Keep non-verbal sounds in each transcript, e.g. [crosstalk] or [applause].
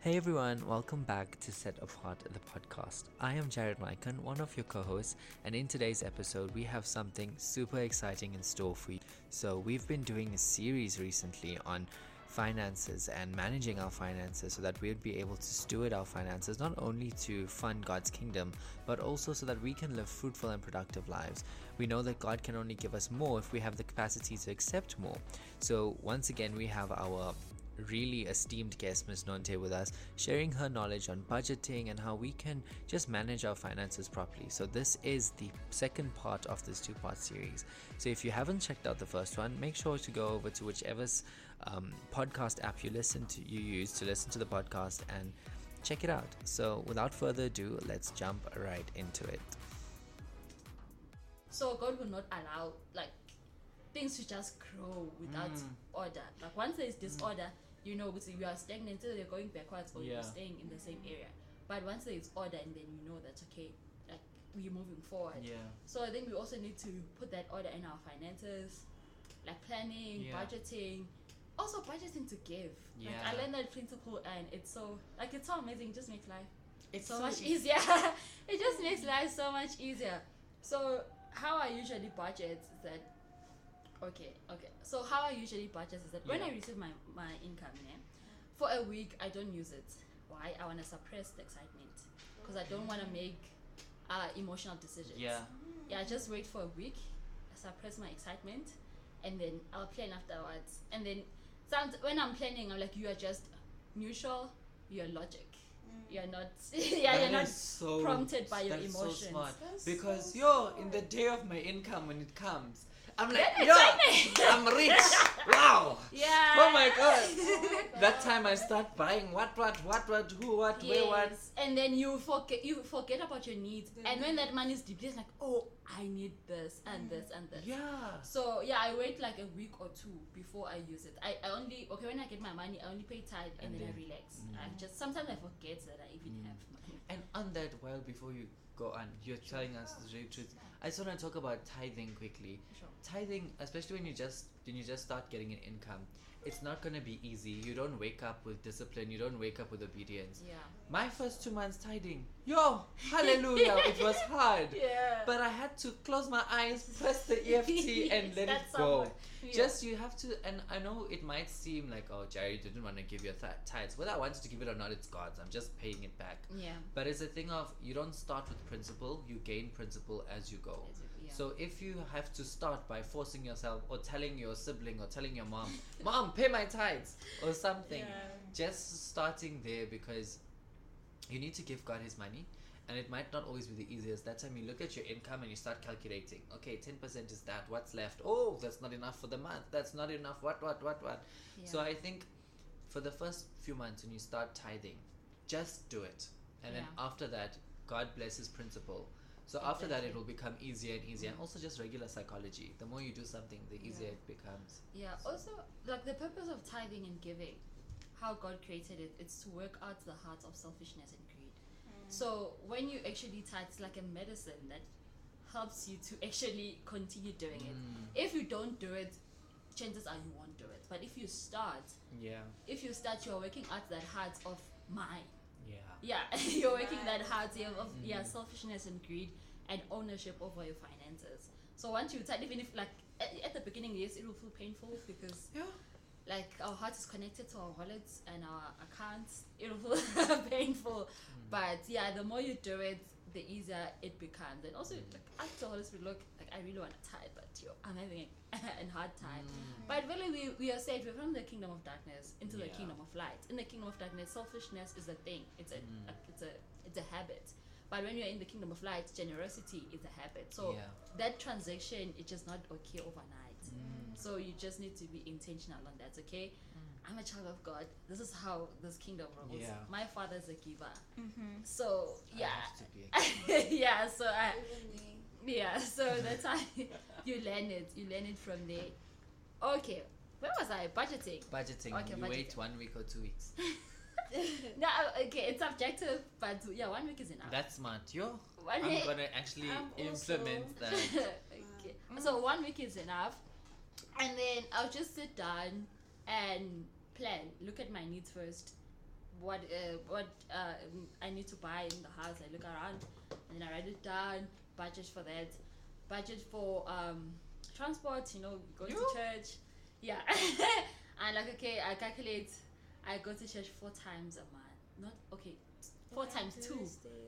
Hey everyone, welcome back to Set Apart the podcast. I am Jared Mikan, one of your co hosts, and in today's episode, we have something super exciting in store for you. So, we've been doing a series recently on finances and managing our finances so that we'd be able to steward our finances not only to fund God's kingdom, but also so that we can live fruitful and productive lives. We know that God can only give us more if we have the capacity to accept more. So, once again, we have our really esteemed guest, Ms. Nonte, with us, sharing her knowledge on budgeting and how we can just manage our finances properly. So, this is the second part of this two part series. So, if you haven't checked out the first one, make sure to go over to whichever um, podcast app you listen to, you use to listen to the podcast and check it out. So, without further ado, let's jump right into it. So God will not allow like things to just grow without order. Like once there is disorder, you know because you are stagnant, so they're going backwards or Yeah. you're staying in the same area. But once there is order and then you know that's okay, like we're moving forward. Yeah. So I think we also need to put that order in our finances, like planning, Yeah. budgeting. Also budgeting to give. Yeah. Like I learned that principle and it's so like it's so amazing, it just makes life It's e-, so much easier. [laughs] it just makes life so much easier. So how I usually budget is that okay, okay. So how I usually budget is that when Yeah. I receive my, my income, yeah, for a week I don't use it. Why? I wanna suppress the excitement. Because I don't wanna make uh, emotional decisions. Yeah. Yeah, I just wait for a week, I suppress my excitement, and then I'll plan afterwards. And then sounds when I'm planning, I'm like, you are just neutral, you're logic. You're not, [laughs] yeah, That you're not is so, prompted by your that's So emotions. smart. That's Because so yo, smart. in the day of my income when it comes, I'm like Get [laughs] yo, [laughs] excited. I'm [laughs] rich. wow. Yeah. Oh my god. Oh [laughs] my That God. time I start buying what what what what who what where what. Yes. And then you forget you forget about your needs. The and when that money is depleted, like, oh, I need this and this and this. Yeah. So yeah, I wait like a week or two before I use it. I, I only okay when I get my money, I only pay tithe and, And then, then- I relax. Mm. I just sometimes I forget that I even have money. And on that while before you go on, you're telling us the real truth. I just want to talk about tithing quickly. Sure. tithing especially when you just when you just start getting an income it's not going to be easy you don't wake up with discipline you don't wake up with obedience Yeah. my first two months tithing yo hallelujah [laughs] it was hard Yeah. but i had to close my eyes press the [laughs] eft and let it That's go somewhat- yeah. just you have to and i know it might seem like oh jerry didn't want to give your th- tithes whether i wanted to give it or not it's god's i'm just paying it back yeah. but it's a thing of you don't start with principle you gain principle as you go As if- yeah. so if you have to start by forcing yourself or telling your sibling or telling your mom, [laughs] "Mom, pay my tithes" or something, Yeah. just starting there because you need to give God His money, and it might not always be the easiest. That time you look at your income and you start calculating. Okay, ten percent is that. What's left? Oh, that's not enough for the month. That's not enough. What? What? What? What? So I think for the first few months when you start tithing, just do it. And then Yeah. after that, God blesses principle. So after that, Exactly. it will become easier and easier. And also just regular psychology. The more you do something, the Mm-hmm. Yeah. easier it becomes. Yeah. Also, like the purpose of tithing and giving, how God created it, it's to work out the hearts of selfishness and greed. So when you actually tithe, it's like a medicine that helps you to [laughs] actually continue doing Mm. it. If you don't do it, chances are you won't do it. But if you start, Yeah. if you start, you're working out that heart of mine. Yeah. Yeah, [laughs] you're working that Right. hard yeah, of yeah Mhm. selfishness and greed and ownership over your finances. So once you tithe, even if like at, at the beginning, yes, it will feel painful because Yeah. like our heart is connected to our wallets and our accounts. It will feel [laughs] painful, but yeah, the more you do it, the easier it becomes. And also, like ask the Holy Spirit, look, like I really want to tithe, but yo, I'm having a [laughs] hard Mm. time. But really, we, we are saved. We're from the kingdom of darkness into the Yeah. kingdom of light. In the kingdom of darkness, selfishness is a thing. It's a, Mm. a- it's a it's a habit. But when you're in the kingdom of light, generosity is a habit. So Yeah. that transaction is just not okay overnight. Mm. So you just need to be intentional on that. Okay, I'm a child of God. This is how this kingdom rolls. Yeah. My father is a giver. Mm-hmm. So I yeah, have to be- [laughs] yeah. So I, Even me. yeah, [laughs] so that's how you learn it. You learn it from there. Okay, where was I? Budgeting. [laughs] budgeting. Okay, you budgeting. wait one week or two weeks. no, uh, okay, it's subjective, but yeah, one week is enough. That's smart. [laughs] Yo, one I'm week. going to actually I'm [laughs] also- implement that. okay. So one week is enough, and then I'll just sit down and plan. Look at my needs first, what uh, what uh, um, I need to buy in the house. I look around and then I write it down. Budget for that. Budget for um, transport. You know, going You? to church. Yeah, [laughs] and like okay, I calculate. I go to church four times a month. Not okay, four Oh times two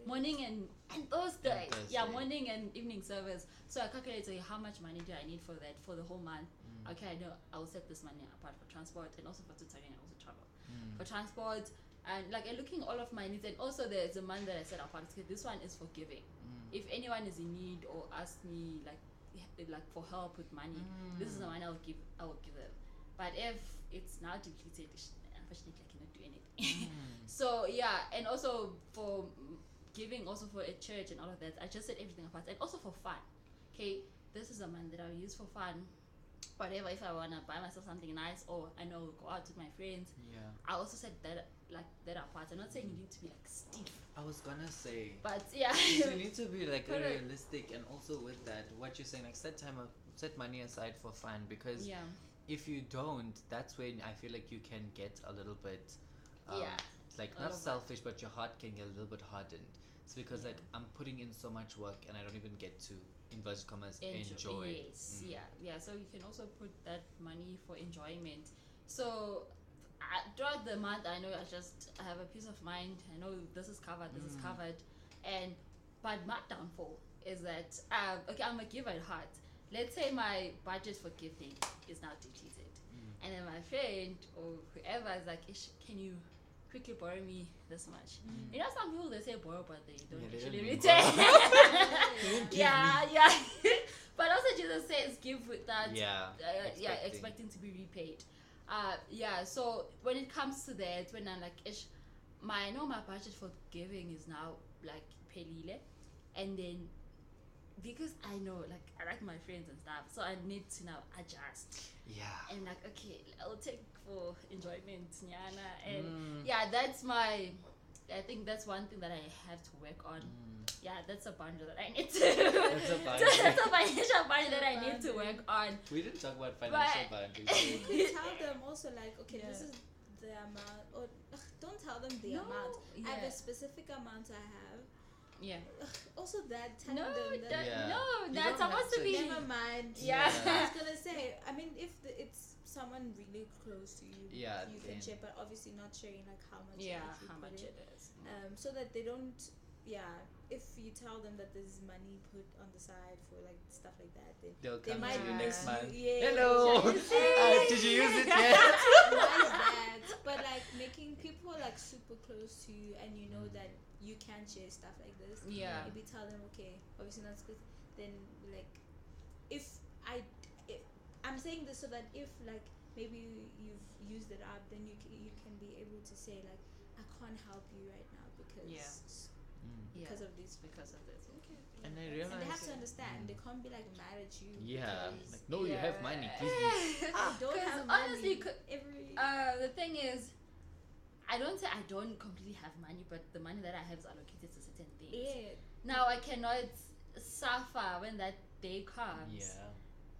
morning and, and Thursday. And Thursday. Yeah, morning and evening service. So I calculate okay, how much money do I need for that for the whole month. Mm. Okay, I know I will set this money apart for transport and also for tutoring and also travel. Mm. For transport and like I'm looking all of my needs and also there's a month that I set apart. Okay, this one is for giving. If anyone is in need or asks me like h- like for help with money, this is the one I'll give I will give them. But if it's now depleted, sh- unfortunately I cannot do anything. [laughs] So yeah, and also for mm, giving, also for a church and all of that, I just said everything apart, and also for fun. Okay, this is a month that I'll use for fun. Whatever, if I wanna buy myself something nice, or I know go out with my friends, Yeah. I also said that like that apart. I'm not saying you need to be like stiff, I was gonna say. but uh, yeah, [laughs] [laughs] you need to be like very Correct. realistic and also with that what you're saying like set time up set money aside for fun because yeah, if you don't that's when i feel like you can get a little bit um, Yeah, like a not little bit. selfish but your heart can get a little bit hardened it's because Yeah. like i'm putting in so much work and i don't even get to inverted commas enjoy, Yes, Mm. yeah, yeah. So you can also put that money for enjoyment. So I, throughout the month, I know I just I have a peace of mind. I know this is covered. This is Mm. covered. And but my downfall is that um, okay, I'm a giver at heart. Let's say my budget for gifting is now depleted, Mm. and then my friend or whoever is like, "Ish, "Can you quickly borrow me this much?" Mm. You know, some people they say borrow, but they don't Yeah, they don't actually mean [laughs] return. You won't give yeah, [laughs] yeah. but also Jesus says give without me- yeah uh, yeah expecting. expecting to be repaid. Uh, yeah. So when it comes to that, when I'm like, ish, my I know my budget for giving is now like pelile, and then because I know like I like my friends and stuff, so I need to now adjust yeah and like okay, I'll take for enjoyment, nyana, and Mm. yeah, that's my. I think that's one thing that I have to work on. Mm. Yeah, that's a boundary that I need to. That's [laughs] a boundary. that's a financial boundary that I need to Boundary. work on. we didn't talk about financial boundaries [laughs] You could tell them also like, okay, this Yeah. is the amount, or ugh, don't tell them the amount. I have a specific amount I have. Yeah. Also that No, telling them that, that Yeah. no, You that's don't have supposed to to. be. never mind. Yeah. [laughs] I Yeah. was gonna say. I mean, if the, it's someone really close to you, Yeah, you can then- share, but obviously not sharing like how much. Yeah, you actually how put much in. it is. [laughs] um, so that they don't yeah if you tell them that there's money put on the side for like stuff like that then they'll they come might to you next ask month you, yeah, hello [laughs] yeah, [laughs] uh, did you [laughs] use it yet [laughs] why is that but like making people like super close to you and you know Mm. that you can share stuff like this Yeah. maybe tell them okay obviously not specific then like if i if, i'm saying this so that if like maybe you've used it up then you can, you can be able to say like i can't help you right now because Yeah. Mm. Yeah. because of these Because of this. Okay. And I And they have realized. to Mm. understand. They can't be like mad at you. Yeah. because Like, no, you have [laughs] money. Give me. [laughs] they [laughs] don't 'Cause have money. Ah, honestly, c- every Uh, the thing is, I don't say I don't completely have money, but the money that I have is allocated to certain things. yeah. Now I cannot suffer when that day comes. Yeah.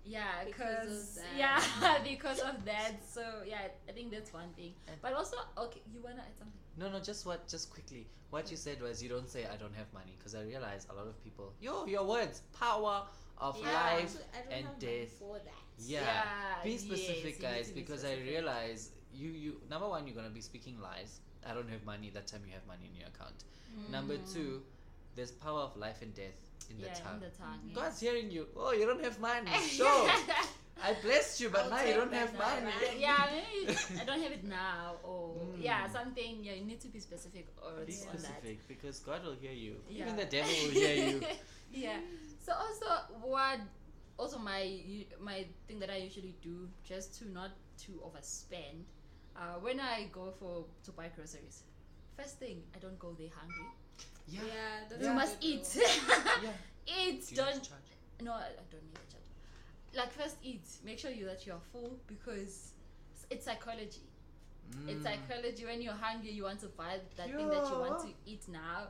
Yeah, Because of because that. yeah, [laughs] because of that. So yeah, I think that's one thing. And- But also, okay, you wanna add something? No, no. Just what? Just quickly. What you said was you don't say I don't have money because I realize a lot of people. Yo, your words, power of Yeah. life. So I don't and have money death. for that. Yeah. Be yes, you specific, need guys, to be because I specific. realize you you number one you're gonna be speaking lies. I don't have money. That time you have money in your account. Number Mhm. two, there's power of life and death in yeah, the tongue. in the tongue. [laughs] yeah. God's hearing you. Oh, you don't have money. [laughs] Sure. I blessed you, but I'll now you take don't that have now, money. right? yeah, maybe I don't have it now, or Mm. yeah, something. Yeah, you need to be specific or Be it's on that. specific because God will hear you. Yeah. Even the devil will hear [laughs] you. yeah. So also what, also my u- my thing that I usually do just to not to overspend. Uh, when I go for to buy groceries, first thing I don't go there hungry. Yeah. that's You a must good eat. [laughs] rule. Yeah. eat. Do you don't charge? No, I I don't need a chat. Like first eat. Make sure you that you are full because s- it's psychology. Mm. It's psychology when you're hungry, you want to buy that thing that you want to Yeah. eat now,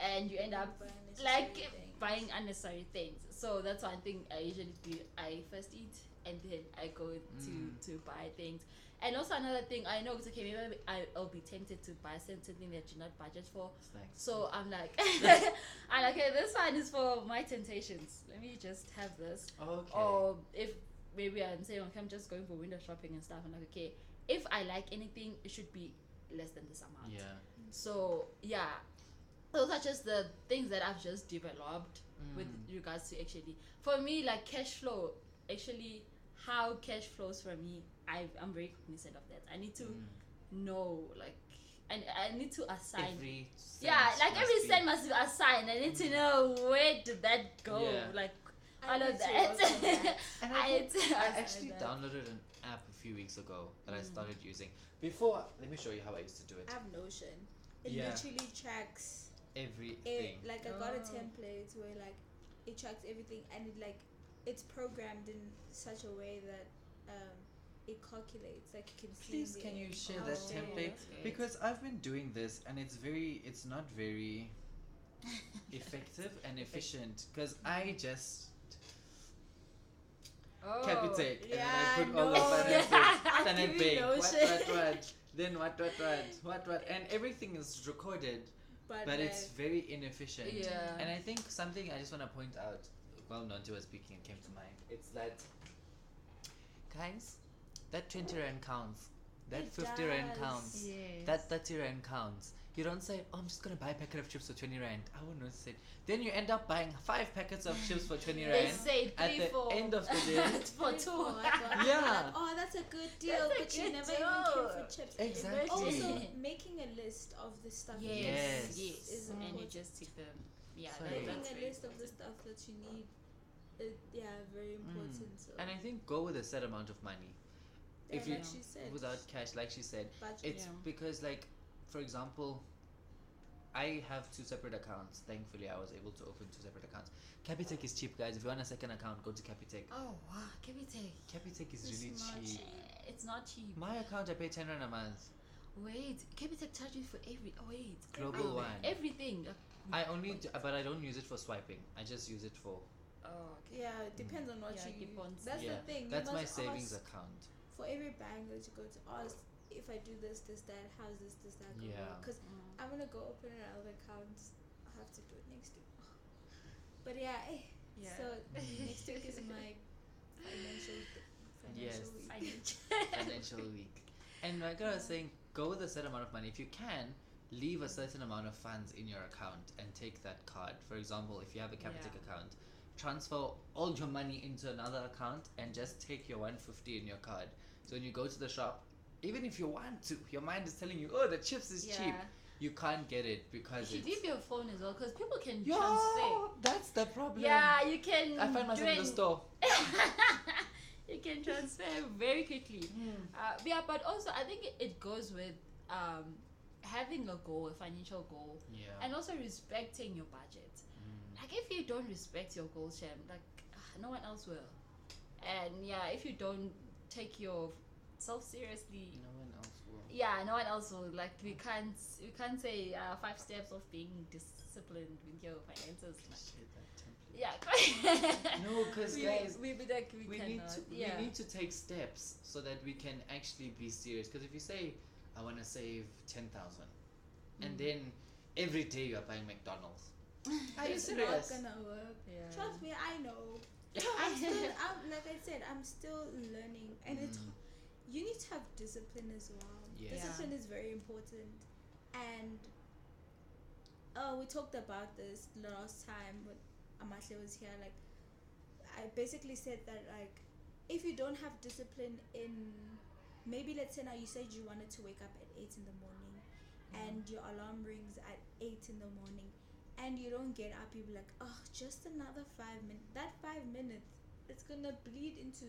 and you end up Buy unnecessary like things. buying unnecessary things. So that's one thing I usually do. I first eat and then I go to Mm. to buy things. And also another thing, I know it's okay. Maybe I- I'll be tempted to buy something that you're not budget for. Snacks. So I'm like, [laughs] I'm like, okay, this one is for my temptations. Let me just have this. Okay. Or if maybe I'm saying okay, I'm just going for window shopping and stuff. I'm like, okay, if I like anything, it should be less than this amount. Yeah. So yeah, those are just the things that I've just developed with Mm. regards to actually for me like cash flow actually how cash flows for me I I'm very cognizant of that I need to Mm. know like and I need to assign Every yeah cent like must every be- Mm. cent must be assigned I need to know where did that go Yeah. like I all need of to work on that that. And I [laughs] I, need to I assign actually that. downloaded an app a few weeks ago that I Mm. started using. Before, let me show you how I used to do it. I have Notion. It Yeah. literally tracks Everything. it. Like I got a Oh. template where like it tracks everything and it like it's programmed in such a way that um, it calculates. Like you can see. Please, the can you end. share Oh, that that's template? good. Because I've been doing this and it's very, it's not very [laughs] effective and efficient. Because I just oh. Capitec and then I yeah, put all the no. finances. [laughs] [laughs] I Standard give Bank, you what, Notion. what, what, then what, what, what, what, what, and everything is recorded, But, but like, [laughs] it's very inefficient. yeah And I think something I just want to point out while Nonte was speaking it came to mind. It's that, guys, that 20 rand counts. That It 50 rand does. counts. Yes. That 30 rand counts. You don't say, oh, I'm just going to buy a packet of chips for 20 rand. I won't notice it. Then you end up buying five packets of chips for 20 they rand. say At three the four end [laughs] of the day- for three, two four, like, [laughs] Yeah. Oh, that's a good deal, That's a but you good never even came deal. for chips. Exactly. Also, [laughs] Yeah. making a list of the stuff. you need. Yes, Yes. yes. Is And you important. just tip them. Yeah, So- that, Making that's a very list of the stuff that you need. It, yeah, very important. So Mm. And I think go with a set amount of money yeah, if you- like she said, without cash, like she said. budget. It's Yeah. because, like, for example, I have two separate accounts. Thankfully, I was able to open two separate accounts. Capitec is cheap, guys. If you want a second account, go to Capitec. Oh wow, give me take. Capitec is It's really not cheap. It's not cheap. My account, I pay 10 rand a month. Wait, Capitec charge you for every. Oh, wait. Global everything. one. Everything. I only, d- but I don't use it for swiping. I just use it for. Oh, okay. Yeah, it depends on what Yeah, you. keep on That's yeah, the thing. you That's my must savings [laughs] ask account. For every bank that you go to, ask if I do this, this, that. How's this, this, that? going Yeah. Because I'm gonna go open another account. I have to do it next week. [laughs] But yeah, eh, Yeah. [laughs] so Mhm. next week is my financial. Th- Yes. financial week. I [laughs] need Financial week. And like I was saying, go with a set amount of money. If you can, leave a certain amount of funds in your account and take that card. For example, if you have a Capitec Yeah. account, transfer all your money into another account and just take your 150 in your card. So when you go to the shop, even if you want to, your mind is telling you, oh, the chips is yeah. cheap. You can't get it You because should it's. leave your phone as well because people can Yo, transfer. that's the problem. Yeah, you can. I find myself do in the an- store. [laughs] you can transfer very quickly. Uh, yeah, but also I think it- it goes with um, having a goal, a financial goal, Yeah. Mm. and also respecting your budget. Like if you don't respect your goal, Shem, like ah, no one else will. And yeah, if you don't take yourself seriously, No one else will. yeah, no one else will. Like we can't, we can't say uh, five steps of being disciplined with your finances. Like, Shit, that template. yeah, [laughs] No, because we, guys, we, we, like, we, we cannot. need to yeah. [laughs] we need to take steps so that we can actually be serious. Because if you say, "I want to save ten thousand, Mm. and then every day you are buying McDonald's, are you It's not serious? gonna work. yeah. Trust me, I know. [laughs] I'm still, [laughs] I'm, like I said, I'm still learning, and it's Mm. you need to have discipline as well. Yeah. Yeah. Discipline is very important, and uh, we talked about this last time when Amatle was here. Like, I basically said that like, if you don't have discipline in, maybe let's say now you said you wanted to wake up at eight in the morning, Mm-hmm. Mm. and your alarm rings at eight in the morning, and you don't get up, you be like, oh, just another five minutes. That five minutes, it's gonna bleed into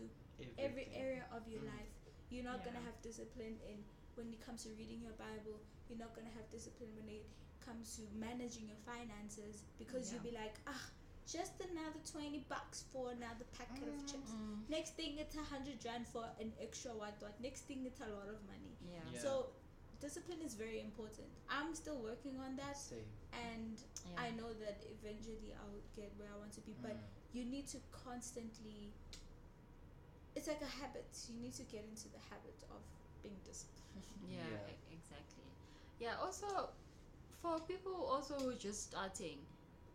every Everything. area of your Mm. life. You're not gonna Yeah. have discipline in when it comes to reading your Bible. You're not gonna have discipline when it comes to managing your finances because you'll be like, ah, just another twenty bucks for another packet of chips. Mm, Next thing, it's a hundred rand for an extra what what. Next thing, it's a lot of money. yeah. Yeah. So, discipline is very important. I'm still working on that, Same. and yeah. I know that eventually I'll get where I want to be. But Mm. you need to constantly it's like a habit you need to get into the habit of being Yeah, Yeah. e- exactly. Yeah, also for people also who just starting,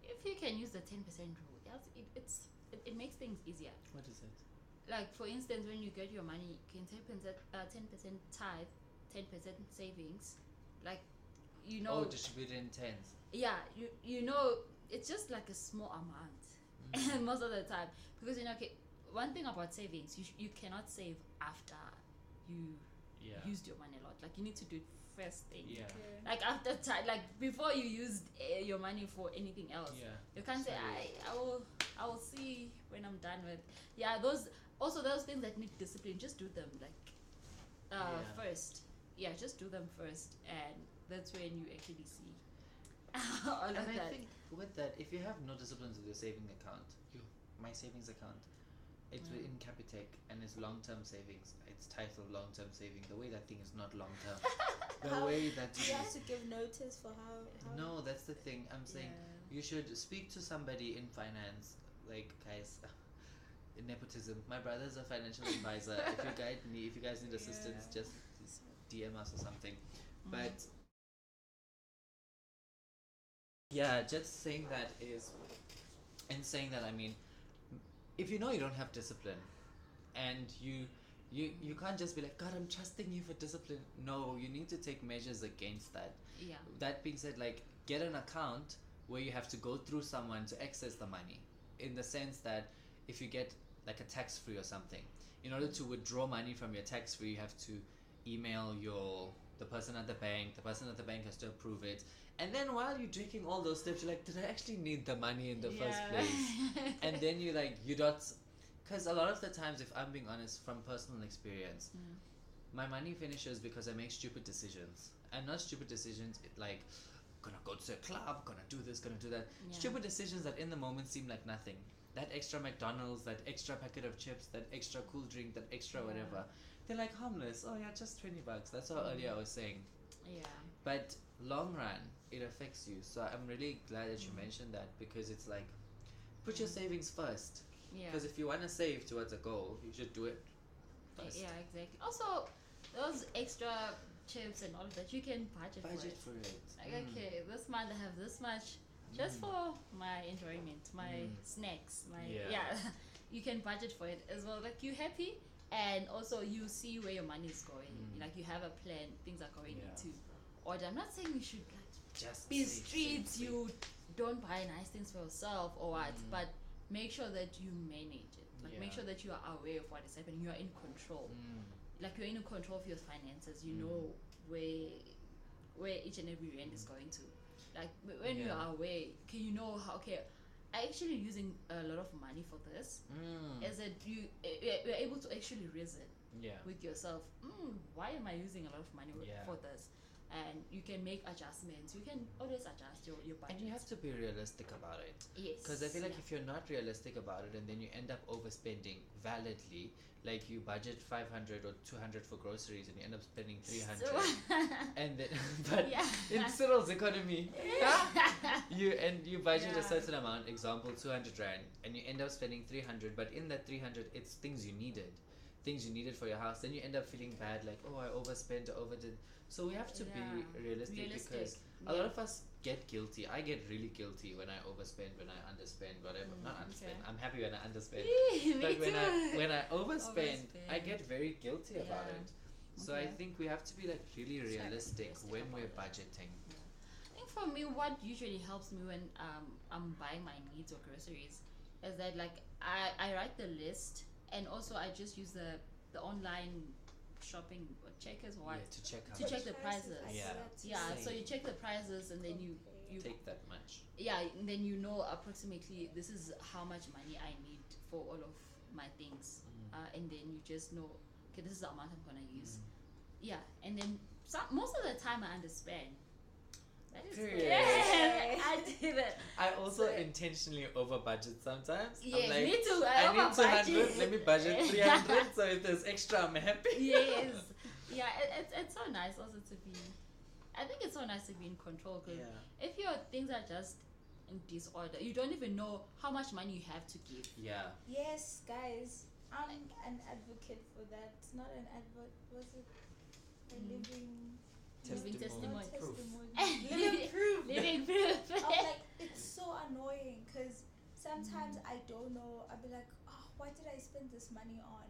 if you can use the 10% rule, that's, it, it's it, it makes things easier. What is it? Like for instance, when you get your money, you can 10% uh, 10% tithe, 10% savings. Like you know Oh, distributed in tens. yeah, you you know, it's just like a small amount [laughs] Mm. most of the time because you know, okay, one thing about savings, you sh- you cannot save after you Yeah. used your money a lot. Like you need to do it first thing. Yeah. Yeah. Like after time, like before you used uh, your money for anything else. Yeah. You can't say I I will I will see when I'm done with. Yeah, those also those things that need discipline. Just do them like uh, Yeah. first. Yeah, just do them first, and that's when you actually see [laughs] all of And I that. think with that, if you have no disciplines with your saving account, you, my savings account, it's Yeah. within Capitec and it's long term savings. It's titled long term saving. The way that thing is not long term. the How- way that Do you thing have is. to give notice for how? how No, that's the thing. I'm saying you should speak to somebody in finance. Like, guys, [laughs] nepotism. My brother's a financial advisor. if you guys need, if you guys need assistance, Yeah. just, just DM us or something. But yeah, just saying that is, and saying that I mean, if you know you don't have discipline, and you. You, you can't just be like God. I'm trusting you for discipline. No, you need to take measures against that. Mm, yeah, That being said, like get an account where you have to go through someone to access the money. In the sense that if you get like a tax free or something, in order to withdraw money from your tax free, you have to email your the person at the bank. The person at the bank has to approve it. And then while you're taking all those steps, you're like, did I actually need the money in the first [laughs] place? place. and then you like you don't because a lot of the times if i'm being honest from personal experience Mm. my money finishes because i make stupid decisions and not stupid decisions it, like gonna go to a club gonna do this gonna do that Yeah. stupid decisions that in the moment seem like nothing that extra mcdonald's that extra packet of chips that extra cool drink that extra Yeah. whatever they're like harmless oh yeah just 20 bucks that's Mm. what earlier i was saying yeah, but long run it affects you so i'm really glad Mm. that you mentioned that because it's like put your savings first yeah. because if you want to save towards a goal, you should do it first. Yeah, exactly. Also, those extra chips and all of that, you can budget, for Budget it. for it. Like, Mm. okay, this month I have this much just Mm. for my enjoyment, my Mm. snacks, my yeah. [laughs] Yeah. you can budget for it as well. Like you happy, and also you see where your money is going. Mm. Like you have a plan, things are going Yeah. into order. I'm not saying you should like, Just be save, streets. save, You don't buy nice things for yourself or what, Mm. but make sure that you manage it. Like make Yeah. sure that you are aware of what is happening. You are in control save. Mm. like you're in control of your finances you Mm. know where where each and every rand is going to like w- when you Yeah. are away can you know how okay i actually using a lot of money for this Mm. is that you eh, eh, you're able to actually reason Yeah. with yourself mm, why am i using a lot of money w- Yeah. for this and you can make adjustments you can always adjust your, your budget And you have to be realistic about it. yes Because I feel like yeah. if you're not realistic about it and then you end up overspending validly, like you budget 500 or 200 for groceries and you end up spending 300. [laughs] and then, [laughs] but yeah [laughs] in Cyril's economy, you and you budget Yeah. a certain amount example 200 rand and you end up spending 300 but in that 300 it's things you needed things you needed for your house then you end up feeling bad like oh i overspent or overdid so we have to Yeah. be realistic, because a lot of us get guilty i get really guilty when i overspend when i underspend whatever Mm, not okay. underspend i'm happy when i underspend Yeah, [laughs] me but when I too. when I overspend, I Overspend. get very guilty about Yeah. it. So I Okay. think we have to be like really So realistic realistic when about we're it. budgeting. I think for me, what usually helps me when um, I'm buying my needs or groceries is that like I, I write the list and also I just use the the online shopping or checkers or what. Yeah, to check To out. check the prices. I Yeah. forgot to Yeah, so Same. you check the prices and then you you take that much. yeah, and then you know approximately this is how much money I need for all of my things, uh, and then you just know okay this is the amount I'm gonna use. Yeah, and then some, most of the time I underspend. That is Period. [laughs] Yes, I did it. I also So- intentionally over budget sometimes. Yeah, I'm like, me too. I, I need over two hundred. budget. Let me [laughs] budget three hundred. so if there's extra, I'm happy. [laughs] yes, yeah. It, it's it's so nice also to be. I think it's so nice to be in control Yeah. because if your things are just in disorder, you don't even know how much money you have to [laughs] give. Yeah. Yes, guys, I'm an advocate for that. It's not an advert. Was it? a living Mm. Living not testimony. testimony. [laughs] living proof. Living proof. I'm [laughs] like, it's so annoying because sometimes I don't know. I'll be like, oh, why did I spend this money on?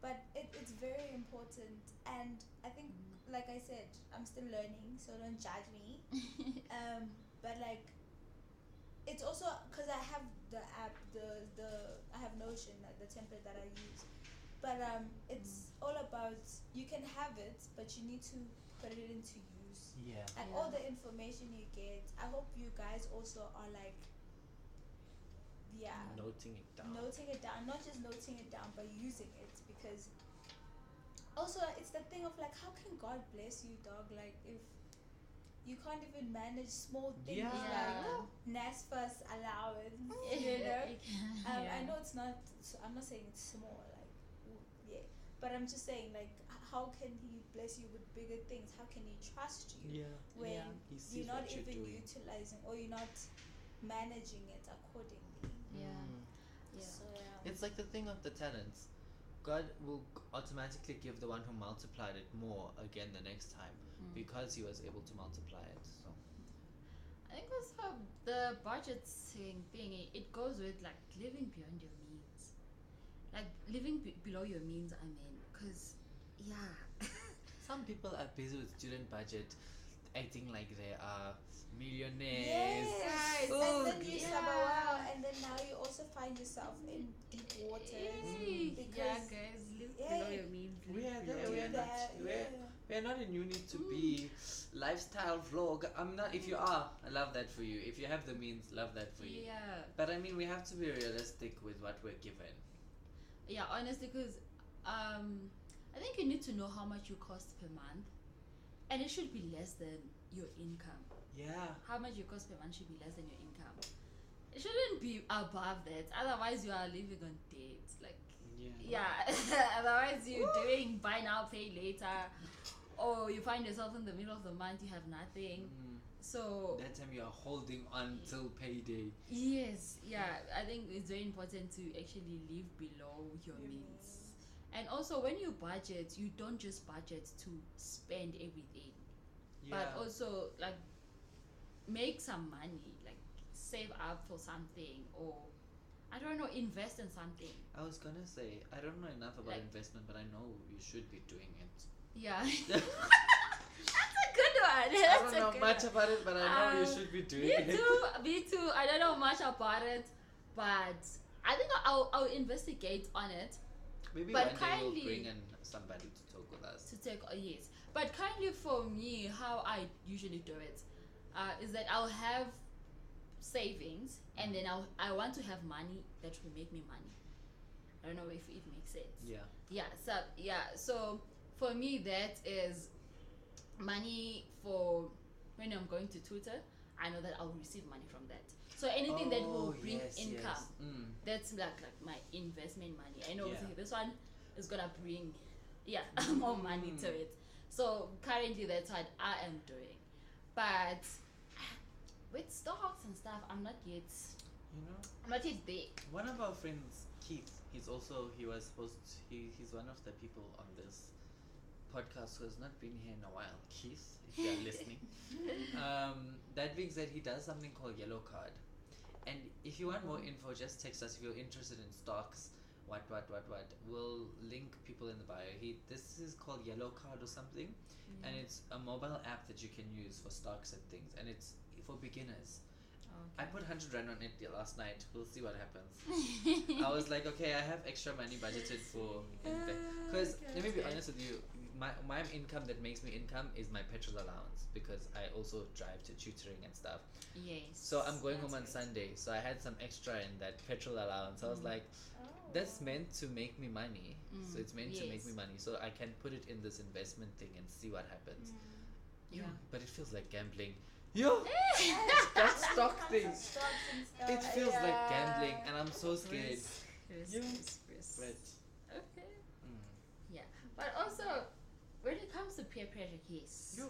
But it, it's very important, and I think, like I said, I'm still learning, so don't judge me. um, but like, it's also because I have the app, the the I have Notion, like the template that I use. But um, it's all about you can have it, but you need to put it into use Yeah. and Yeah. all the information you get i hope you guys also are like yeah Noting it down. noting it down not just noting it down but using it because also it's the thing of like how can god bless you dog like if you can't even manage small things Yeah. Yeah. like NASFA's [laughs] allowance you know Yeah. um, I Yeah. know it's not. s- I'm not saying it's small, like w- yeah, but I'm just saying like h- how can he bless you with bigger things? How can he trust you Yeah. when Yeah. He sees you're not what you're even doing. utilizing or you're not managing it accordingly? Yeah. Mm. So yeah. It's like the thing of the talents. God will g- automatically give the one who multiplied it more again the next time Mm. because he was able to multiply it. So I think also the budgeting thing it- it goes with like living beyond your means, like living be- below your means. I mean, because yeah, some people are busy with student budget, acting like they are millionaires. Yes, Oh, and then you yeah. sub out, and then now you also find yourself in deep waters. Hey, yeah, because- guys, live yeah. below your means. live We are below there, your we Mm. are means. not- That- we are- yeah. We're not in uni to be lifestyle vlog. I'm not. If you are, I love that for you. If you have the means, love that for you. Yeah, But I mean, we have to be realistic with what we're given. yeah. Honestly, because um, I think you need to know how much you cost per month, and it should be less than your income. Yeah. how much your cost per month should be less than your income. It shouldn't be above that. Otherwise, you are living on debt. Like, Yeah. yeah. [laughs] Otherwise, you're doing buy now, pay later, or you find yourself in the middle of the month you have nothing. Mm. So That time you are holding on till payday. yes, yeah. I think it's very important to actually live below your Your means. And also, when you budget, you don't just budget to spend everything. Yeah. but also like make some money like save up for something or i don't know invest in something I was gonna say I don't know enough about Like- investment, but I know you should be doing [laughs] it. [laughs] yeah that's a good one I that's don't a know good much about it, but I know you Uh, should be one. doing me it. too me too i don't know much about it but i think i'll, I'll investigate on it [laughs] Maybe But one day kindly- we'll bring in somebody to talk with us. to take a yes but kindly for me how i usually do it uh, is that i'll have savings and then I'll, i want to have money that will make me money i don't know if it makes sense Yeah. yeah so yeah so for me that is money for when i'm going to tutor i know that i'll receive money from that so anything that will Oh, bring yes, income yes. Mm. that's like like my investment money. I know Yeah. this one is gonna bring yeah [laughs] more money to Mm. it. So currently that's what I am doing. But [sighs] with stocks and stuff I'm not yet You know. I'm not yet there. One of our friends, Keith, he's also he was supposed to, he he's one of the people on this podcast who has not been here in a while. Keith, if you are listening. um, that being said, he does something called Yellow Card, and if you want more info, just text us if you're interested in stocks. What what what what? We'll link people in the bio. He this is called Yellow Card or something, and it's a mobile app that you can use for stocks and things, and it's for beginners. [laughs] I [laughs] put hundred rand on it the last night. We'll see what happens. I was like, okay, I have extra money budgeted [laughs] for because let me be honest with you, my my income that makes me income is my petrol allowance because I also drive to tutoring and stuff. Yes. So I'm going home on That's right. Sunday, so I had some extra in that petrol allowance. I was Mm. like, Oh. that's meant to make me money. So Mm, it's meant to make yes. me money. So I can put it in this investment thing and see what happens. Mm. Yeah. [laughs] [laughs] But it feels like gambling. Yo, that stock [laughs] thing. It feels like gambling, and I'm so scared. Yes, Yeah. yes, yes. But Okay. mm, But also, when it comes to peer pressure, yes. Yeah.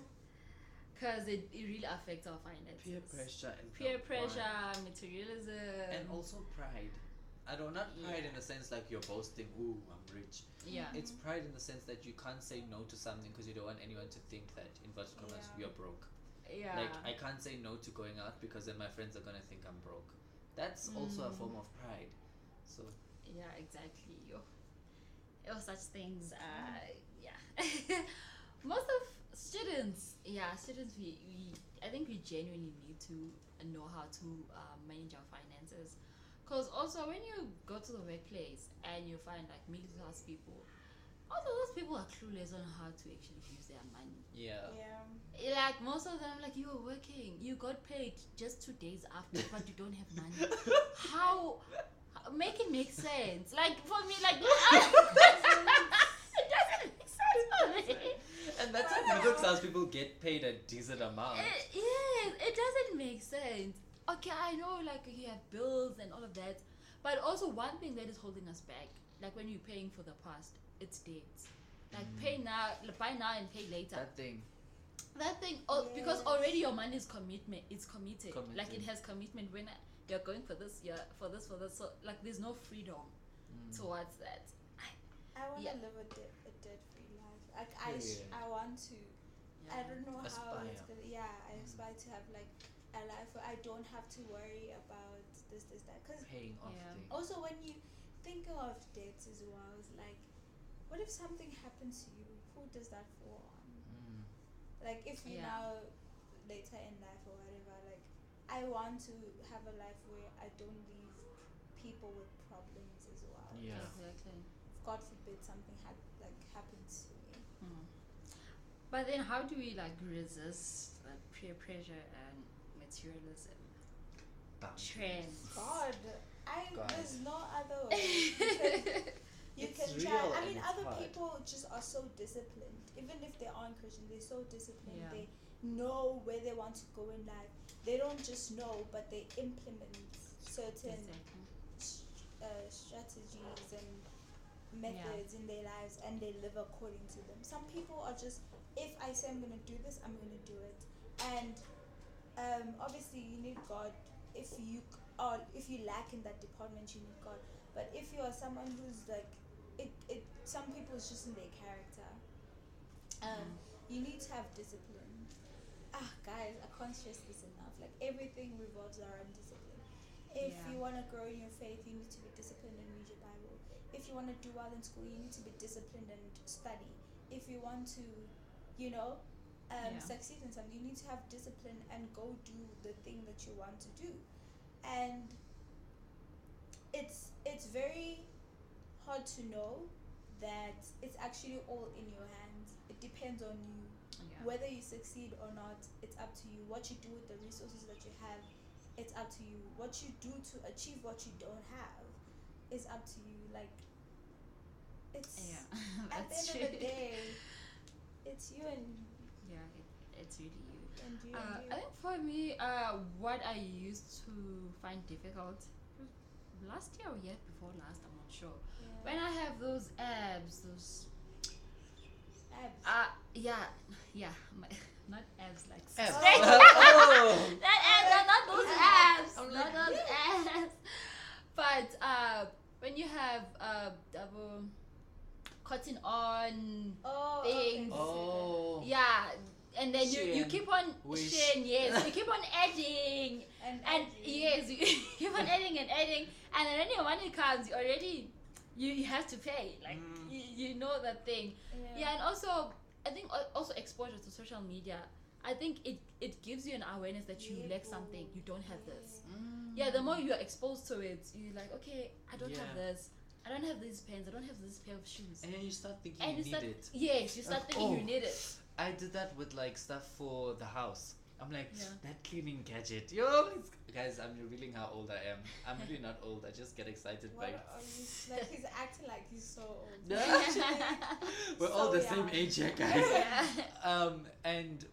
Because it, it really affects our finances. peer pressure is Peer the one. pressure, materialism. and also pride. I don't not pride Yeah. Mm-hmm. in the sense like you're boasting. Ooh, I'm rich. Yeah. It's pride in the sense that you can't say no to something because you don't want anyone to think that inverted commas Yeah. you're broke. Yeah. Like I can't say no to going out because then my friends are gonna think I'm broke. That's also a form of pride. So Yeah, exactly. Yo. All such things. Uh, yeah. [laughs] Most of students, yeah, students, we, we, I think we genuinely need to know how to uh, manage our finances. Because also, when you go to the workplace and you find like middle class people, also those people are clueless on how to actually use their money. yeah. Yeah. Like most of them, like you were working, you got paid just two days after, but you don't have money. How? how- Make it make sense. Like for me, like [laughs] it doesn't make sense for me. [laughs] And that's how middle class people get paid a decent amount. It, yes, it doesn't make sense. Okay, I know like you have bills and all of that, but also one thing that is holding us back, like when you're paying for the past, it's dates. Like pay now, buy now and pay later. That thing. that thing oh, because Yes. already your money is commitment it's committed like it Committed. has commitment when I- you're going for this year for this for this so like there's no freedom Mm. towards that I want to Yeah. live a, de- a debt free life. Like I, sh- Period. I want to. I don't know how it's Aspire. gonna. Yeah, I Mm-hmm. aspire to have like a life where I don't have to worry about this, this, that. Because Paying off Yeah. thing. also when you think of debt as well, it's like, what if something happens to you? Who does that fall on? Mm. Like if you Yeah. now later in life or whatever, like I want to have a life where I don't leave people with problems as well. Yeah. exactly If God forbid something hap- like happens to [laughs] me. Hmm. but then how do we like resist that peer pressure and materialism [laughs] Boundaries. trends God, I God. there's no [laughs] other way. [laughs] You can- you It's can try. real I and mean, it's other hard. people just are so disciplined. Even if they aren't Christian, they're so disciplined. Yeah. They know where they want to go in life. They don't just know, but they implement certain [laughs] Exactly. s- uh, strategies and methods in their lives and they live according to them. Some people are just, if I say I'm going to do this, I'm going to do it. And um, obviously, you need God. If you c- are, if you lack in that department, you need God. But if you are someone who's like, it, it some people it's just in their character. Um, You need to have discipline. Ah, guys, I can't stress this enough. Like everything revolves around discipline. If Yeah. you want to grow in your faith, you need to be disciplined and read your Bible. If you want to do well in school, you need to be disciplined and study. If you want to, you know, um, Yeah. succeed in something, you need to have discipline and go do the thing that you want to do. And it's it's very hard to know that it's actually all in your hands. It depends on you. yeah. Whether you succeed or not, it's up to you. What you do with the resources that you have, it's up to you. What you do to achieve what you don't have is up to you. Like it's yeah [laughs] at the that's end true of the day, it's you and [laughs] yeah it, it's really you and you Uh, and you. I think for me, uh, what I used to find difficult last year or year before last, I'm not sure. yeah. When I have those abs, those Abs. uh, yeah, [laughs] yeah, my, [laughs] not abs like Abs. straight- [laughs] Oh. not abs, not, not those abs, I'm not like, those abs. But uh, when you have uh, double cotton on oh, things. [laughs] okay. Oh. yeah and then you, you Shin. keep on Wish. shin, yes you [laughs] keep on adding And, and edgy. yes you [laughs] keep [laughs] on adding and adding and then when your money comes you already you, you have to pay like Mm. you, you know that thing yeah. and also i think al- also exposure to social media i think it it gives you an awareness that you lack something you don't have this yeah the more you are exposed to it you're like okay i don't have Yeah. this i don't have these pens i don't have this pair of shoes And then you start thinking and you it's need that it. yes you start Like, thinking oh. you need it I did that with like stuff for the house. I'm like Yeah. that cleaning gadget. Yo, it's- guys, I'm revealing how old I am. I'm really not old. I just get excited What by. are you like? He's acting like he's so old. [laughs] No. [laughs] Actually, [laughs] We're all so the same young. age here, guys. yeah um, and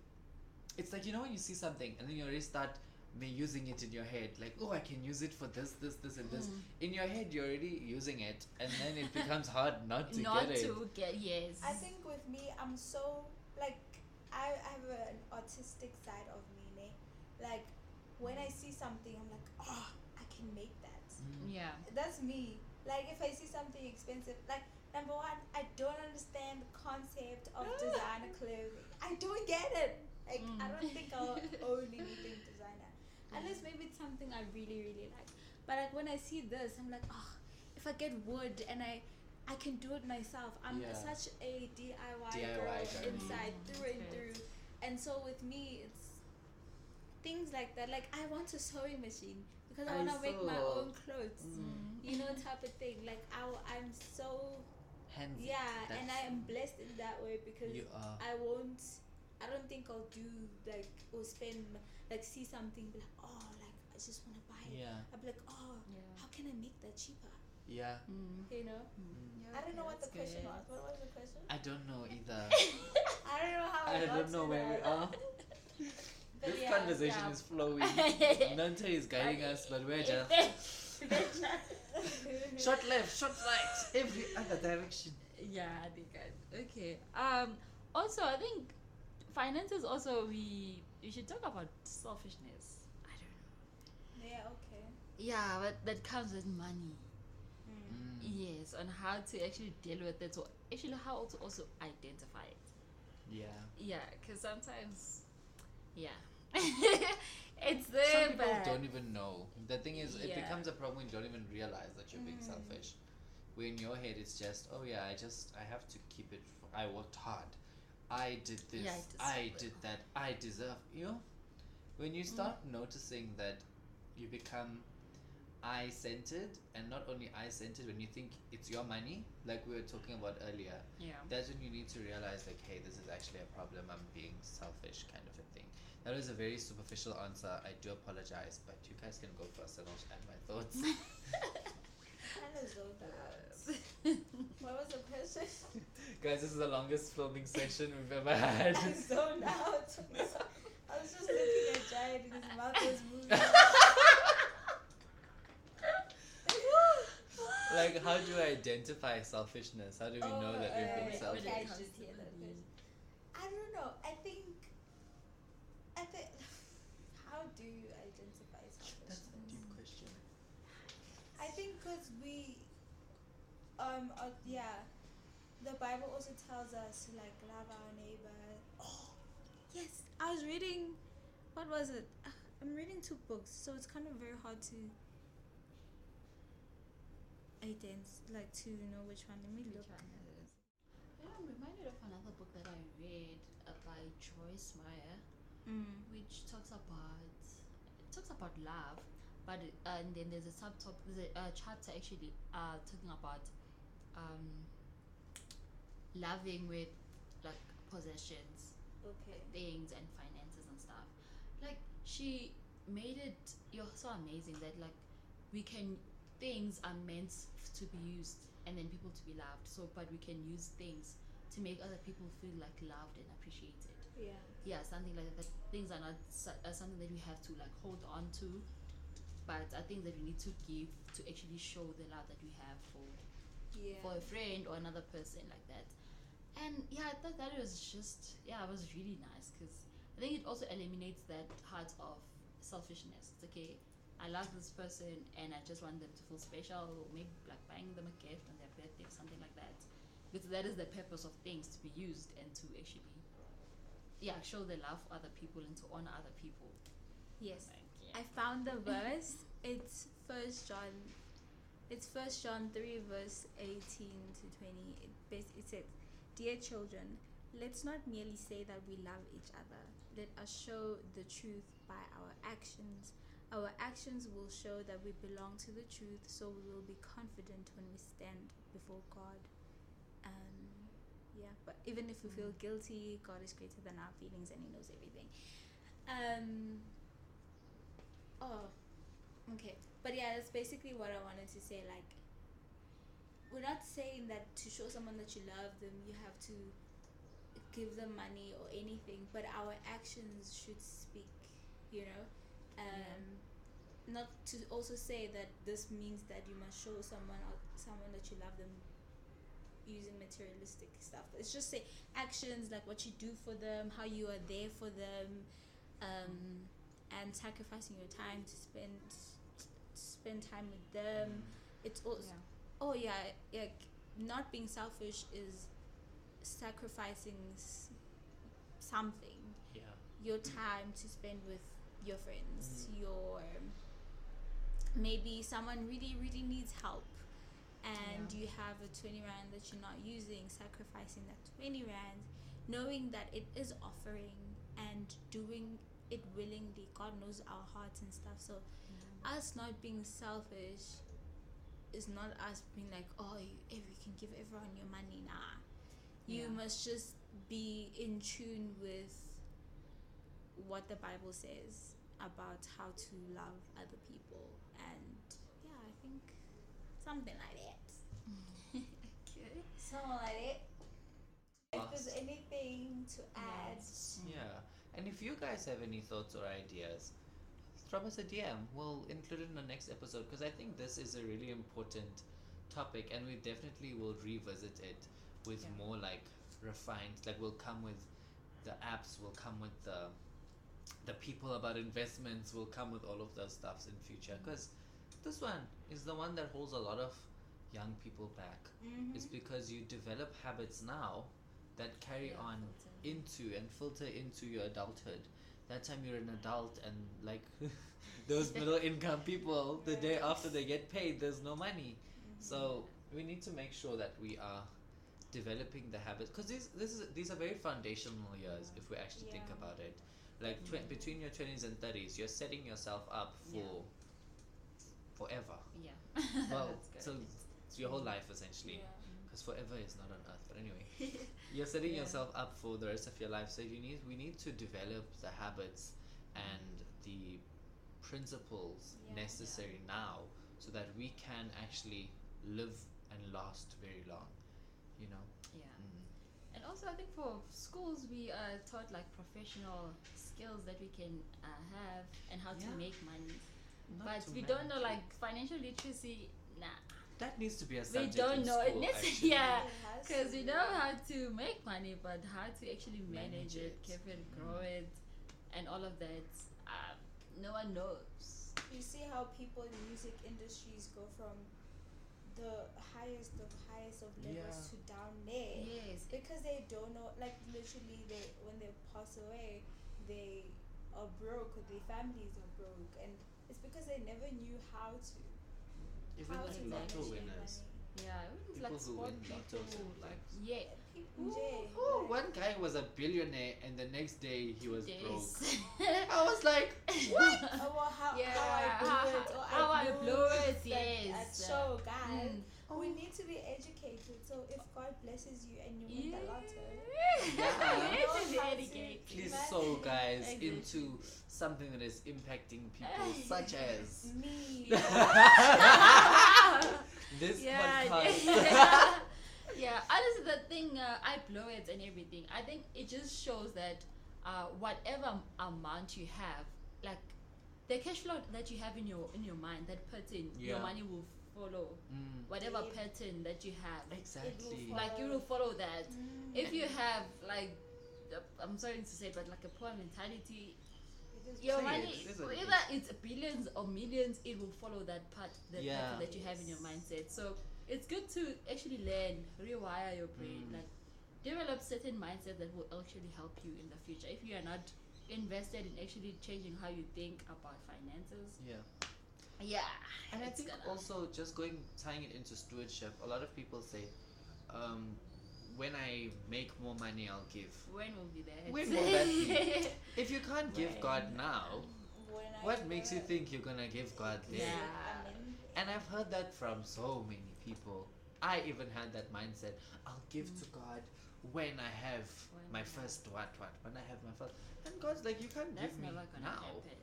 it's like you know when you see something and then you already start me using it in your head, like oh I can use it for this, this, this, and Mm. this. In your head, you're already using it, and then it becomes hard not to not get it. to get yes I think with me, I'm so like I I have an autistic side of me. Ne? Like when I see something, I'm like, oh, I can make that. Mm. Yeah. That's me. Like if I see something expensive, like number one, I don't understand the concept [laughs] of designer clothing. I don't get it. Like I Mm. [laughs] don't think I'll own anything designer, unless maybe it's something I really really like. But like when I see this, I'm like, oh, if I get wood and I. I can do it myself. I'm Yeah. such a DIY, DIY girl girl. inside Mm, through and okay. through. And so with me, it's things like that. Like I want a sewing machine because I, I want to make my saw. own clothes Mm. you know, type of thing. Like I, I'm so Hands. yeah, and That's- I am blessed in that way because You are. I won't. I don't think I'll do like or spend m- like see something be like oh like I just want to buy it. Yeah. I'll be like oh Yeah. how can I make that cheaper? Yeah. Mm. You know. I don't know what the that's question good. was. What was the question? I don't know either. I don't know how [laughs] I, I got don't to know where we that. are. [laughs] But this yeah, [laughs] conversation yeah. is flowing. Mm. Nanta is guiding us, but [laughs] we're just short left, short right, every other direction. Yeah, I think I, okay. Um, also, I think finances. Also, we we should talk about selfishness. I don't know. Yeah. Okay. Yeah, but that comes with money. Mm. Mm. Yes, on how to actually deal with it, or actually how to also identify it. Yeah. Yeah, because sometimes, yeah, [laughs] it's there, Some people but don't even know. The thing is, it Yeah. becomes a problem when you don't even realize that you're being Mm. selfish. Where in your head it's just, oh yeah, I just I have to keep it. F- I worked hard. I did this. Yeah, I deserve I it. Mm. did that. I deserve. You know, when you start noticing that, you become I centered, and not only I centered. When you think it's your money, like we were talking about earlier, yeah, [laughs] [laughs] that's when you need to realize like hey this is actually a problem i'm being selfish kind of a thing that was a very superficial answer i do apologize but you guys can go first and i'll add my thoughts Kind of zoned [laughs] out. what was the question? guys this is the longest filming session we've ever had I [laughs] zoned out. I was just looking at Giant and his mouth was moving. [laughs] like how do i identify selfishness how do we know that we've uh, been okay, Oh, selfish I just hear that question. I don't know. I think. I think. [laughs] How do you identify that's selfishness? a deep question I think because we, um, uh, yeah, the Bible also tells us to like love our neighbor. Oh, yes. I was reading, what was it? [sighs] Ah, I'm reading two books, so it's kind of very hard to identify, like to know which one. Let me look. Yeah, I'm reminded of another book that I read uh, by Joyce Meyer, Mm. which talks about it talks about love, but it- uh, and then there's a subtop there's a uh, chapter actually uh, talking about um, loving with like possessions Okay. things and finances and stuff. Like she made it you're so amazing that like we can things are meant f- to be used and then people to be loved. So but we can use things to make other people feel like loved and appreciated. Yeah. Yeah, something like that. Things are not so- uh, something that we have to like hold on to, but are things that we need to give to actually show the love that we have for Yeah. for a friend or another person like that. And yeah, I thought that was just yeah, it was really nice because I think it also eliminates that heart of selfishness. It's okay, I love this person and I just want them to feel special, or maybe like buying them a gift on their birthday, something like that. Because that is the purpose of things to be used and to actually yeah show the love for other people and to honor other people. Yes. Like, I found the verse. It's First John. It's First John three verse eighteen to twenty. It, bas- it says, "Dear children, let's not merely say that we love each other. Let us show the truth by our actions. Our actions will show that we belong to the truth, so we will be confident when we stand before God." Um, yeah, but even if we feel guilty, God is greater than our feelings and He knows everything. Um, Oh, okay. But yeah, that's basically what I wanted to say. Like, we're not saying that to show someone that you love them, you have to give them money or anything, but our actions should speak, you know? Um, Not to also say that this means that you must show someone out, someone that you love them using materialistic stuff. It's just say actions like what you do for them, how you are there for them, um, and sacrificing your time to spend s- spend time with them. It's also oh yeah, like not being selfish is sacrificing s- something, yeah. your time to spend with your friends, your maybe someone really really needs help. And Yeah. you have a 20 rand that you're not using, sacrificing that 20 rand, knowing that it is offering and doing it willingly. God knows our hearts and stuff. So us not being selfish is not us being like, oh, you, if you can give everyone your money, nah. You Yeah. must just be in tune with what the Bible says about how to love other people, and yeah, I think something like that. [laughs] okay, something like that. If there's Last. anything to add, Yeah. And if you guys have any thoughts or ideas, drop us a DM. We'll include it in the next episode because I think this is a really important topic and we definitely will revisit it with Yeah. more like refined like we'll come with the apps, we'll come with the the people about investments, we'll come with all of those stuffs in future because this one is the one that holds a lot of young people back. Mm-hmm. It's because you develop habits now that carry Yeah, on into and filter into your adulthood. That time you're an adult and like [laughs] [laughs] those middle income people, the day after they get paid, there's no money. Mm-hmm. So we need to make sure that we are developing the habits because these this is these are very foundational years if we actually think Yeah. about it. Like tw- between your twenties and thirties, you're setting yourself up for Mm-hmm. Yeah. [laughs] forever. Yeah. Well, That's so good. it's your whole life essentially. Because forever is not on earth. But anyway, [laughs] you're setting Yeah. yourself up for the rest of your life. So you need we need to develop the habits and the principles Yeah. necessary now, so that we can actually live and last very long. You know. yeah. And also, I think for schools, we are taught like professional skills that we can uh, have and how Yeah. to make money. Not but to we don't know manage like financial literacy. Nah, it. that needs to be a subject. we don't in know School, Let's- actually. yeah, because we know how to make money, but how to actually manage, Manage it, it. Mm-hmm. keep it, grow it, and all of that. Uh, no one knows. you see how people in the music industries go from the highest of highest of levels Yeah. to down there Yes. because they don't know like literally they when they pass away they are broke or their families are broke and it's because they never knew how to Even how like to lotto manage their winners, Yeah, it was people like who sport win people. lotto, like. Yeah. money. People, Ooh, yeah, Oh, like- one guy was a billionaire, and the next day he [laughs] was broke. Yes. I was like, [laughs] Mm. Oh, well, how, Yeah, how I blew it, or [laughs] how I blew it, that- yes. That show, guys. Mm. We need to be educated. So if God blesses you and you win the [laughs] lotto, Yeah. Yes, Don't it's have very to gay. please Imagine- sow guys Exactly. into something that is impacting people, Hey. such as [laughs] me. this [laughs] yeah, podcast. yeah, [laughs] yeah. Honestly, the thing uh, I blow it and everything. I think it just shows that uh, whatever am- amount you have, like the cash flow that you have in your in your mind, that pattern, your Yeah. money will follow [laughs] Mm, whatever Yeah. pattern that you have. exactly. fall. Like you will follow that. Mm. If you have like, uh, I'm sorry to say, but like a poor mentality, It is your Say money it, is isn't it? either it's billions or millions it will follow that part the Yeah. pattern that you have in your mindset so it's good to actually learn rewire your brain Mm. like develop certain mindset that will actually help you in the future if you are not invested in actually changing how you think about finances Yeah. yeah And I it's think gonna- also just going tying it into stewardship, a lot of people say, um, when I make more money, I'll give. when will be that When will that [laughs] be? If you can't give When? God now, When I what makes you grow think you're gonna give God up, then? Yeah. I'm in And I've heard that from so many people. I even had that mindset. I'll give to God when I have Mm. When I my have- first what what when I have my first. And God's like, you can't that's give me never gonna now. happen there.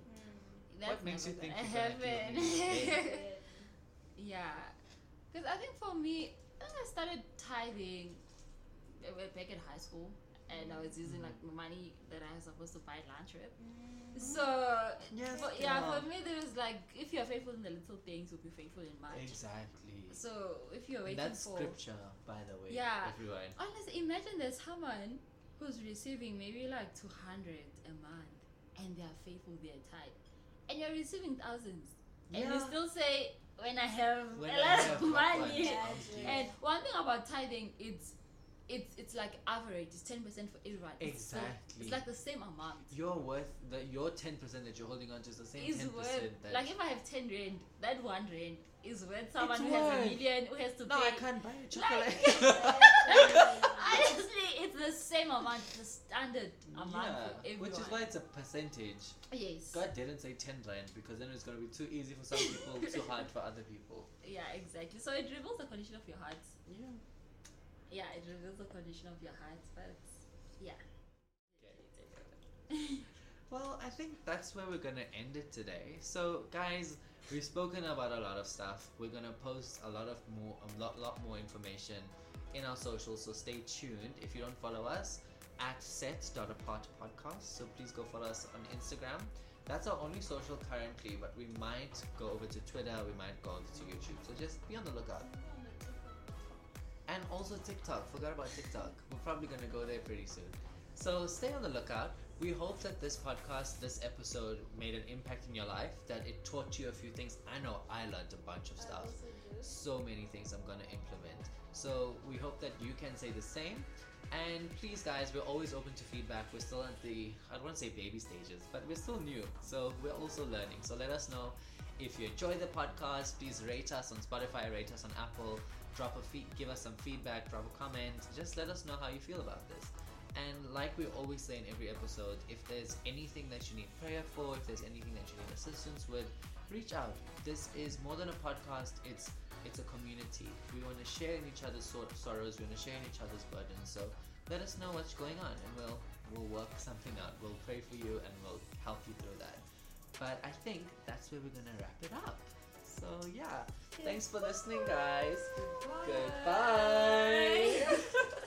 that's makes you never think gonna you're gonna give me [laughs] happen. [laughs] today? Yeah, because I think for me, when I started tithing uh, wa- back in high school, and I was using like my money that I was supposed to buy lunch with. Mm. So Yes, for, yeah, God. for me there was like if you are faithful in the little things, you'll be faithful in much. Exactly. So if you're And waiting that's for scripture, by the way. Yeah. Everyone. honestly, imagine there's someone who's receiving maybe like two hundred a month, and they are faithful their tithe, and you're receiving thousands. and you Yeah. still say when I have When a I lot have of that money. much, I'll Yeah. do And it. one thing about tithing, it's it's it's like average. It's ten percent for everyone. It's so- Exactly. it's like the same amount. Your worth, the, your 10% that you're holding on to is the same Is 10% worth that. like if I have ten rand, that one rand is worth someone who has a worth. million who has to no, pay. I can't buy a [laughs] chocolate. Like- Honestly, it's the same amount, the standard amount for yeah, everyone. which is why it's a percentage. yes, God didn't say 10 rand because then it's going to be too easy for some people, too hard for other people. yeah, exactly. So it reveals the condition of your heart. Yeah. Yeah, it reveals the condition of your heart, but yeah. Well, I think that's where we're gonna end it today. So, guys, we've spoken about a lot of stuff. We're gonna post a lot of more, a lot, lot more information in our socials. So stay tuned. If you don't follow us, at set.apart podcast. So please go follow us on Instagram. That's our only social currently, but we might go over to Twitter. We might go over to YouTube. So just be on the lookout. And also TikTok. Forgot about TikTok. We're probably going to go there pretty soon. So stay on the lookout. We hope that this podcast, this episode, made an impact in your life, that it taught you a few things. I know I learned a bunch of [laughs] stuff. So many things I'm going to implement. So we hope that you can say the same. And please, guys, we're always open to feedback. We're still at the, I don't want to say baby stages, but we're still new. So we're also learning. So let us know if you enjoy the podcast. Please rate us on Spotify, rate us on Apple, drop a feed, give us some feedback, drop a comment. Just let us know how you feel about this. And like we always say in every episode, if there's anything that you need prayer for, if there's anything that you need assistance with, reach out. This is more than a podcast. It's it's a community. We want to share in each other's sor- sorrows. We want to share in each other's burdens. So let us know what's going on, and we'll we'll work something out. We'll pray for you, and we'll help you through that. But I think that's where we're gonna wrap it up. So [laughs] yeah, thanks for listening, guys. [laughs] Goodbye.